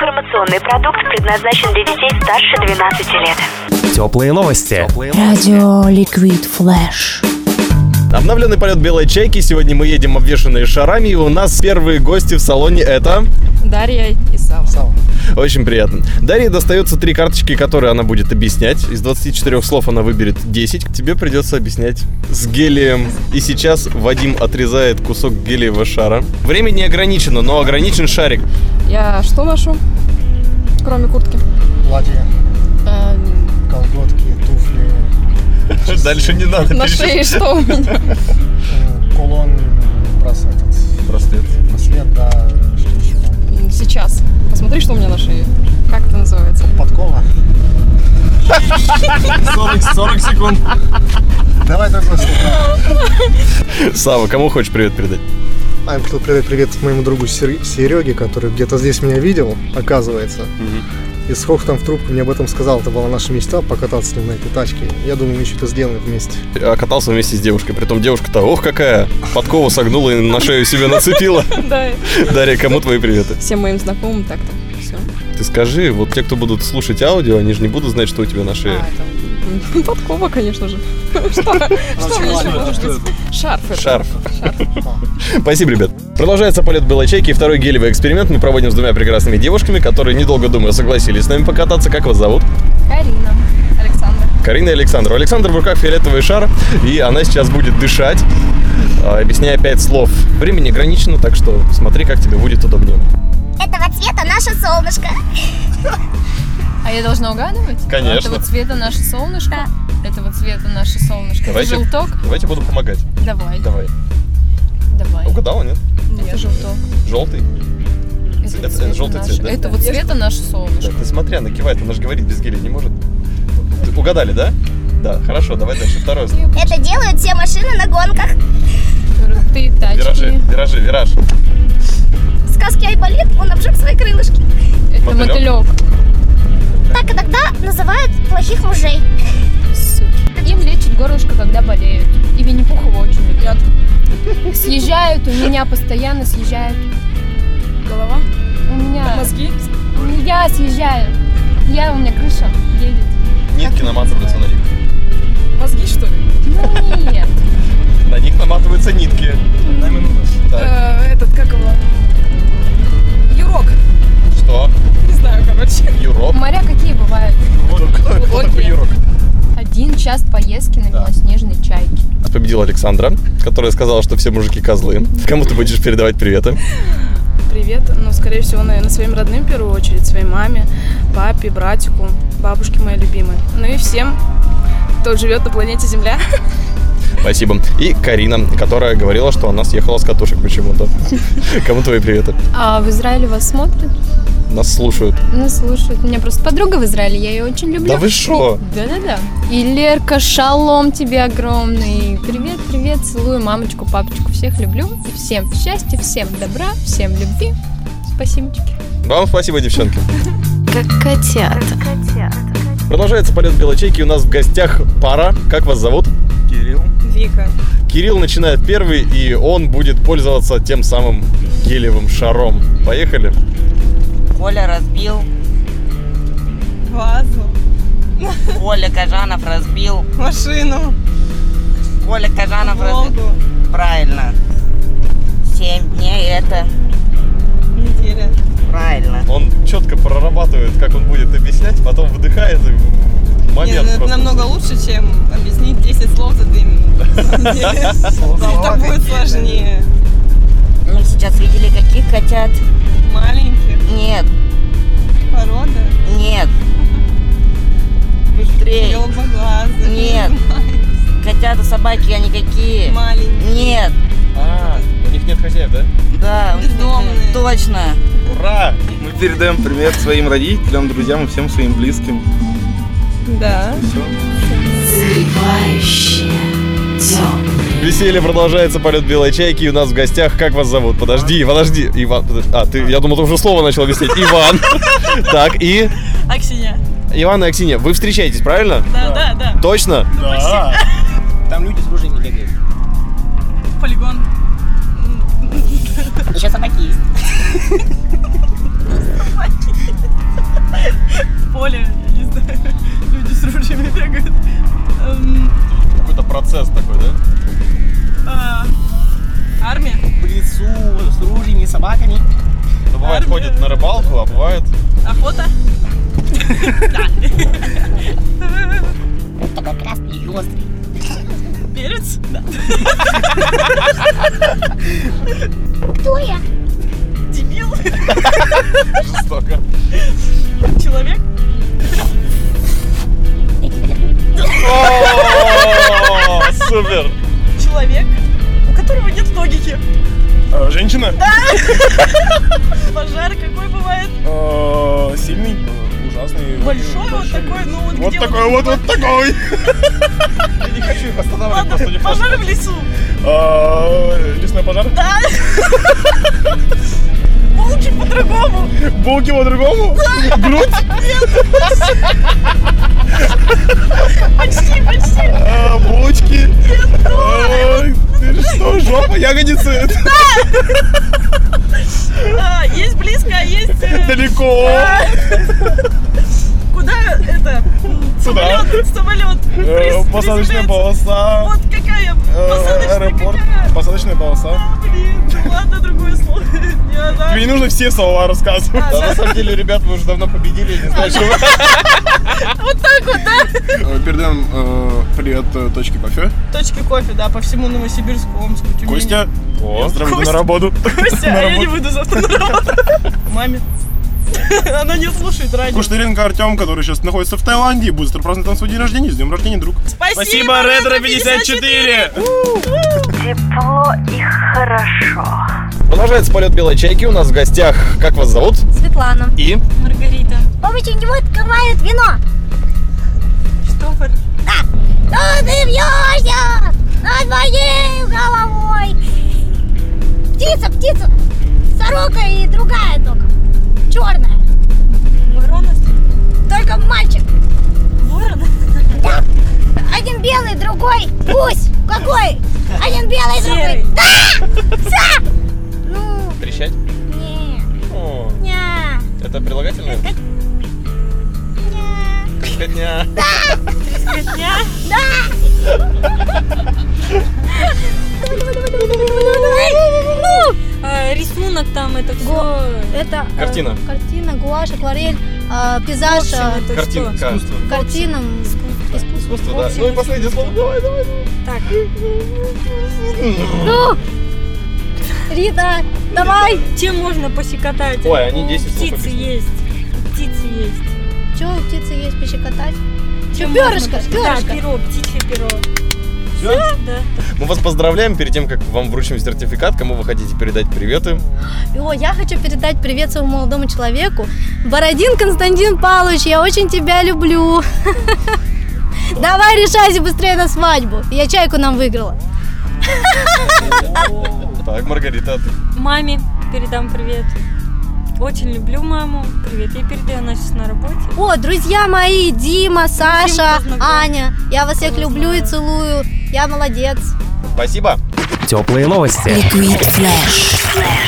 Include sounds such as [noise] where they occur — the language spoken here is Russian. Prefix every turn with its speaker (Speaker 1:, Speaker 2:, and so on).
Speaker 1: Информационный продукт предназначен для детей старше 12 лет.
Speaker 2: Теплые новости.
Speaker 3: Радио Ликвид Флэш.
Speaker 4: Обновленный полет белой чайки. Сегодня мы едем обвешанные шарами. И у нас первые гости в салоне это...
Speaker 5: Дарья и Сава.
Speaker 4: Очень приятно. Дарье достается три карточки, которые она будет объяснять. Из 24 слов она выберет 10. Тебе придется объяснять с гелием. И сейчас Вадим отрезает кусок гелиевого шара. Время не ограничено, но ограничен шарик.
Speaker 5: Я что ношу? Кроме куртки.
Speaker 6: платья,
Speaker 7: Э,
Speaker 5: Эм,
Speaker 6: колготки, туфли,
Speaker 4: Дальше не надо.
Speaker 5: На шее что у
Speaker 7: [laughs]
Speaker 5: меня?
Speaker 6: э, кулон, бросок,
Speaker 4: Браслет.
Speaker 6: браслет, да, что еще там,
Speaker 5: М, Сейчас. Посмотри, что у меня на шее. Как это
Speaker 7: [laughs]
Speaker 5: называется?
Speaker 6: подкова.
Speaker 4: 40, 40 секунд.
Speaker 6: Давай другой слух.
Speaker 4: Сава, кому хочешь привет передать?
Speaker 6: А я хотел передать привет моему другу Сер- Сереге, который где-то здесь меня видел, оказывается. И с хохотом в трубку мне об этом сказал. Это была наша мечта покататься с ним на этой тачке. Я думаю, мы что-то сделаем вместе.
Speaker 4: А катался вместе с девушкой. Притом девушка-то, ох, какая! Подкову согнула и на шею себе нацепила.
Speaker 5: Да.
Speaker 4: Дарья, кому твои приветы?
Speaker 5: Всем моим знакомым так-то. Все.
Speaker 4: Ты скажи, вот те, кто будут слушать аудио, они же не будут знать, что у тебя на шее.
Speaker 5: А, это... м, [laughs] Подкова, конечно же. Что что мне еще может быть? Шарф. это.
Speaker 4: Шарф. [laughs] Спасибо, ребят. Продолжается полет белой чайки и второй гелевый эксперимент мы проводим с двумя прекрасными девушками, которые, недолго думая, согласились с нами покататься. Как вас зовут?
Speaker 5: Карина. Александр.
Speaker 4: Карина и Александр. У Александра в руках фиолетовый шар, и она сейчас будет дышать, а, объясняя пять слов. Время не ограничено, так что смотри, как тебе будет удобнее.
Speaker 8: Этого цвета наше солнышко.
Speaker 7: А я должна угадывать?
Speaker 4: Конечно.
Speaker 7: Этого цвета наше солнышко. Этого цвета наше солнышко.
Speaker 4: Давайте.
Speaker 7: Это желток?
Speaker 4: Давайте буду помогать.
Speaker 7: Давай.
Speaker 4: Давай. А
Speaker 7: Давай.
Speaker 4: Угадала, нет?
Speaker 7: Это желток.
Speaker 4: Желтый. Это- это
Speaker 7: цвета
Speaker 4: желтый
Speaker 7: наше-
Speaker 4: цвет, да?
Speaker 7: Этого цвета наше солнышко.
Speaker 4: Да, ты смотри, она кивает, она же говорит без геля не может. Угадали, да? Да, хорошо, давай дальше. Второе слово.
Speaker 8: Это делают все машины на гонках.
Speaker 7: Крутые
Speaker 4: Виражи,
Speaker 7: тачки.
Speaker 4: э, виражи, вираж.
Speaker 8: В сказке Айболит он обжег свои крылышки.
Speaker 7: Это
Speaker 4: Мотылёк.
Speaker 7: мотылек.
Speaker 8: Так иногда называют плохих мужей.
Speaker 7: Суки. Им лечат горлышко, когда болеют. И Винни-Пухова очень любят. Съезжают у меня постоянно, съезжают.
Speaker 5: Голова.
Speaker 7: У меня...
Speaker 5: Мозги.
Speaker 7: Ну, Я съезжаю. Я, у меня крыша едет.
Speaker 4: Нитки наматываются на них.
Speaker 5: Мозги, что ли?
Speaker 7: Ну, нет.
Speaker 4: На них наматываются нитки. Так,
Speaker 5: Э, Этот, как его? Юрок.
Speaker 4: что?
Speaker 5: Не знаю, короче.
Speaker 4: Юрок.
Speaker 7: Моря какие бывают?
Speaker 4: Кто такой Юрок?
Speaker 7: Один час поездки на
Speaker 4: Да.
Speaker 7: белоснежной чайке.
Speaker 4: Победила Александра, которая сказала, что все мужики козлы. Кому ты будешь передавать приветы?
Speaker 5: Привет. Ну, скорее всего, наверное, своим родным в первую очередь, своей маме, папе, братику, бабушке моей любимой. Ну и всем, кто живет на планете Земля.
Speaker 4: Спасибо. И Карина, которая говорила, что она съехала с катушек почему-то. Кому твои приветы?
Speaker 7: А в Израиле вас смотрят?
Speaker 4: Нас слушают.
Speaker 7: Ну, слушают. У меня просто подруга в Израиле, я ее очень люблю.
Speaker 4: Да вы шо?
Speaker 7: Да-да-да. И Лерка, шалом тебе огромный. Привет, привет, целую мамочку, папочку. Всех люблю. И всем счастья, всем добра, всем любви. Спасибочки.
Speaker 4: Вам спасибо, девчонки.
Speaker 3: Как котят.
Speaker 4: Продолжается полет белой чайки. У нас в гостях пара. Как вас зовут?
Speaker 5: Вика.
Speaker 4: Кирилл начинает первый, и он будет пользоваться тем самым гелевым шаром. Поехали.
Speaker 9: Коля разбил,
Speaker 5: Вазу.
Speaker 9: Коля Кажанов разбил,
Speaker 5: Машину.
Speaker 9: Коля Кажанов разбил. Правильно. Семь дней это
Speaker 5: Неделя.
Speaker 9: правильно.
Speaker 4: Он четко прорабатывает, как он будет объяснять, потом выдыхает и в момент просто.
Speaker 5: [laughs] лучше, чем объяснить 10 слов за 2 [laughs] минуты.
Speaker 9: Это будет
Speaker 5: сложнее.
Speaker 9: Мы сейчас видели каких котят?
Speaker 5: Маленьких.
Speaker 9: Нет,
Speaker 5: Порода.
Speaker 9: нет. Быстрее.
Speaker 5: Голубоглазых.
Speaker 9: Нет. Котята собаки, они какие?
Speaker 5: Маленькие.
Speaker 9: Нет.
Speaker 4: А, у них нет хозяев, да?
Speaker 9: Да.
Speaker 5: Бездомные.
Speaker 9: Точно.
Speaker 4: Ура!
Speaker 10: Мы передаем привет своим родителям, друзьям и всем своим близким.
Speaker 5: Да.
Speaker 4: Веселье продолжается, полет белой чайки, и у нас в гостях, как вас зовут? Подожди, подожди, Иван, подожди. а, ты, я думал, ты уже слово начал объяснять,
Speaker 5: [laughs]
Speaker 4: Иван, так, и
Speaker 5: Аксинья.
Speaker 4: Иван и Аксинья, вы встречаетесь, правильно?
Speaker 5: Да, да, да.
Speaker 4: Точно?
Speaker 10: Там люди с ружьями бегают.
Speaker 5: Полигон.
Speaker 9: Еще собаки есть. А,
Speaker 11: ходят Ну, на рыбалку, а бывает...
Speaker 9: Охота?
Speaker 11: [laughs]
Speaker 12: Такой красный и острый.
Speaker 9: Перец? Да.
Speaker 7: Кто я?
Speaker 9: Дебил?
Speaker 11: Жестоко.
Speaker 9: Человек?
Speaker 7: Я тебя люблю.
Speaker 11: О, Супер!
Speaker 9: Человек, у которого нет логики.
Speaker 4: Женщина?
Speaker 9: Пожар какой бывает?
Speaker 4: Э, Сильный? Ужасный.
Speaker 9: Большой вот такой, ну вот
Speaker 4: Вот
Speaker 9: где
Speaker 4: такой, вот, вот такой! Я не хочу их останавливать,
Speaker 9: Ладно,
Speaker 4: просто не
Speaker 9: пожар в лесу.
Speaker 4: Э, Лесной пожар?
Speaker 9: Да. Булки по-другому.
Speaker 4: Булки по-другому? Грудь?
Speaker 9: Почти, почти.
Speaker 4: А, Булочки? Ай, Ты что, жопа, ягодицы?
Speaker 9: А, есть близко, а есть... э,
Speaker 4: Далеко!
Speaker 9: а, Куда это?
Speaker 4: Сюда.
Speaker 9: Самолет, самолет.
Speaker 4: Э,
Speaker 9: приземляется.
Speaker 4: Посадочная полоса.
Speaker 9: Вот какая
Speaker 4: э,
Speaker 9: посадочная
Speaker 4: Аэропорт.
Speaker 9: какая.
Speaker 4: Посадочная полоса.
Speaker 9: Блин, ну ладно, другое слово. [laughs] Не
Speaker 4: Тебе не
Speaker 9: знаю.
Speaker 4: нужно все слова рассказывать.
Speaker 9: А, да.
Speaker 11: На самом деле, ребят, вы уже давно победили, я не знаю,
Speaker 9: [laughs]
Speaker 11: что вы...
Speaker 4: Э, Передаем э, привет точке кофе.
Speaker 9: Точки кофе, да, по всему Новосибирску, Омску, Тюмени.
Speaker 4: Костя, я здравствуй
Speaker 9: Костя.
Speaker 4: на работу. [laughs]
Speaker 9: Костя,
Speaker 4: На
Speaker 9: а я не
Speaker 4: работу.
Speaker 9: выйду завтра на работу. Маме. [laughs] Она не слушает радио.
Speaker 4: Кушнеренко Артем, который сейчас находится в Таиланде и будет праздновать там свой день рождения. С днем рождения, друг.
Speaker 9: Спасибо, Ретро 54!
Speaker 1: Тепло и хорошо.
Speaker 11: Продолжается полет белой чайки. У нас в гостях, как вас зовут?
Speaker 7: Светлана.
Speaker 11: И?
Speaker 7: Помните, у него открывают вино.
Speaker 9: Штопор.
Speaker 7: Но Ну, ты бьешься над моей головой. Птица, птица. Сорока и другая только. Черная.
Speaker 9: Ворона?
Speaker 7: Только мальчик.
Speaker 9: Ворона?
Speaker 7: Да. [laughs] Один белый, другой гусь. Какой? Один белый,
Speaker 9: Серый.
Speaker 7: другой. Да! Да! Ну,
Speaker 11: Трещать?
Speaker 7: не.
Speaker 11: О,
Speaker 7: Ня.
Speaker 11: это прилагательное?
Speaker 7: Ня.
Speaker 9: [laughs]
Speaker 11: Хотня.
Speaker 7: [laughs] Ну,
Speaker 5: рисунок там, это все.
Speaker 13: Это э,
Speaker 11: Картина.
Speaker 13: картина, гуашь, акварель, э, пейзаж,
Speaker 9: А,
Speaker 13: э,
Speaker 11: Картинка.
Speaker 13: картина.
Speaker 11: Искусство, да. Ну и последнее слово. Давай, давай, давай.
Speaker 13: Ну, Рита, давай.
Speaker 5: Чем можно посекотать?
Speaker 11: Ой, они 10 слов объяснили.
Speaker 5: есть. Птицы есть.
Speaker 13: Че у птицы есть пощекотать?
Speaker 5: Чем
Speaker 13: Перышко, перышко.
Speaker 5: перо, птичье перо.
Speaker 11: Мы вас поздравляем перед тем, как вам вручим сертификат, кому вы хотите передать приветы.
Speaker 13: О, я хочу передать привет своему молодому человеку. Бородин Константин Павлович, я очень тебя люблю. [laughs] Давай решайся быстрее на свадьбу. Я чайку нам выиграла. [laughs]
Speaker 11: Так, Маргарита, а ты?
Speaker 5: Маме передам привет. Очень люблю маму. Привет ей передаю, она сейчас на работе.
Speaker 13: О, друзья мои, Дима, Саша,
Speaker 5: познакомь.
Speaker 13: Аня, я вас всех люблю и целую. Я молодец.
Speaker 11: Спасибо.
Speaker 2: Теплые новости.
Speaker 3: Liquid Flash.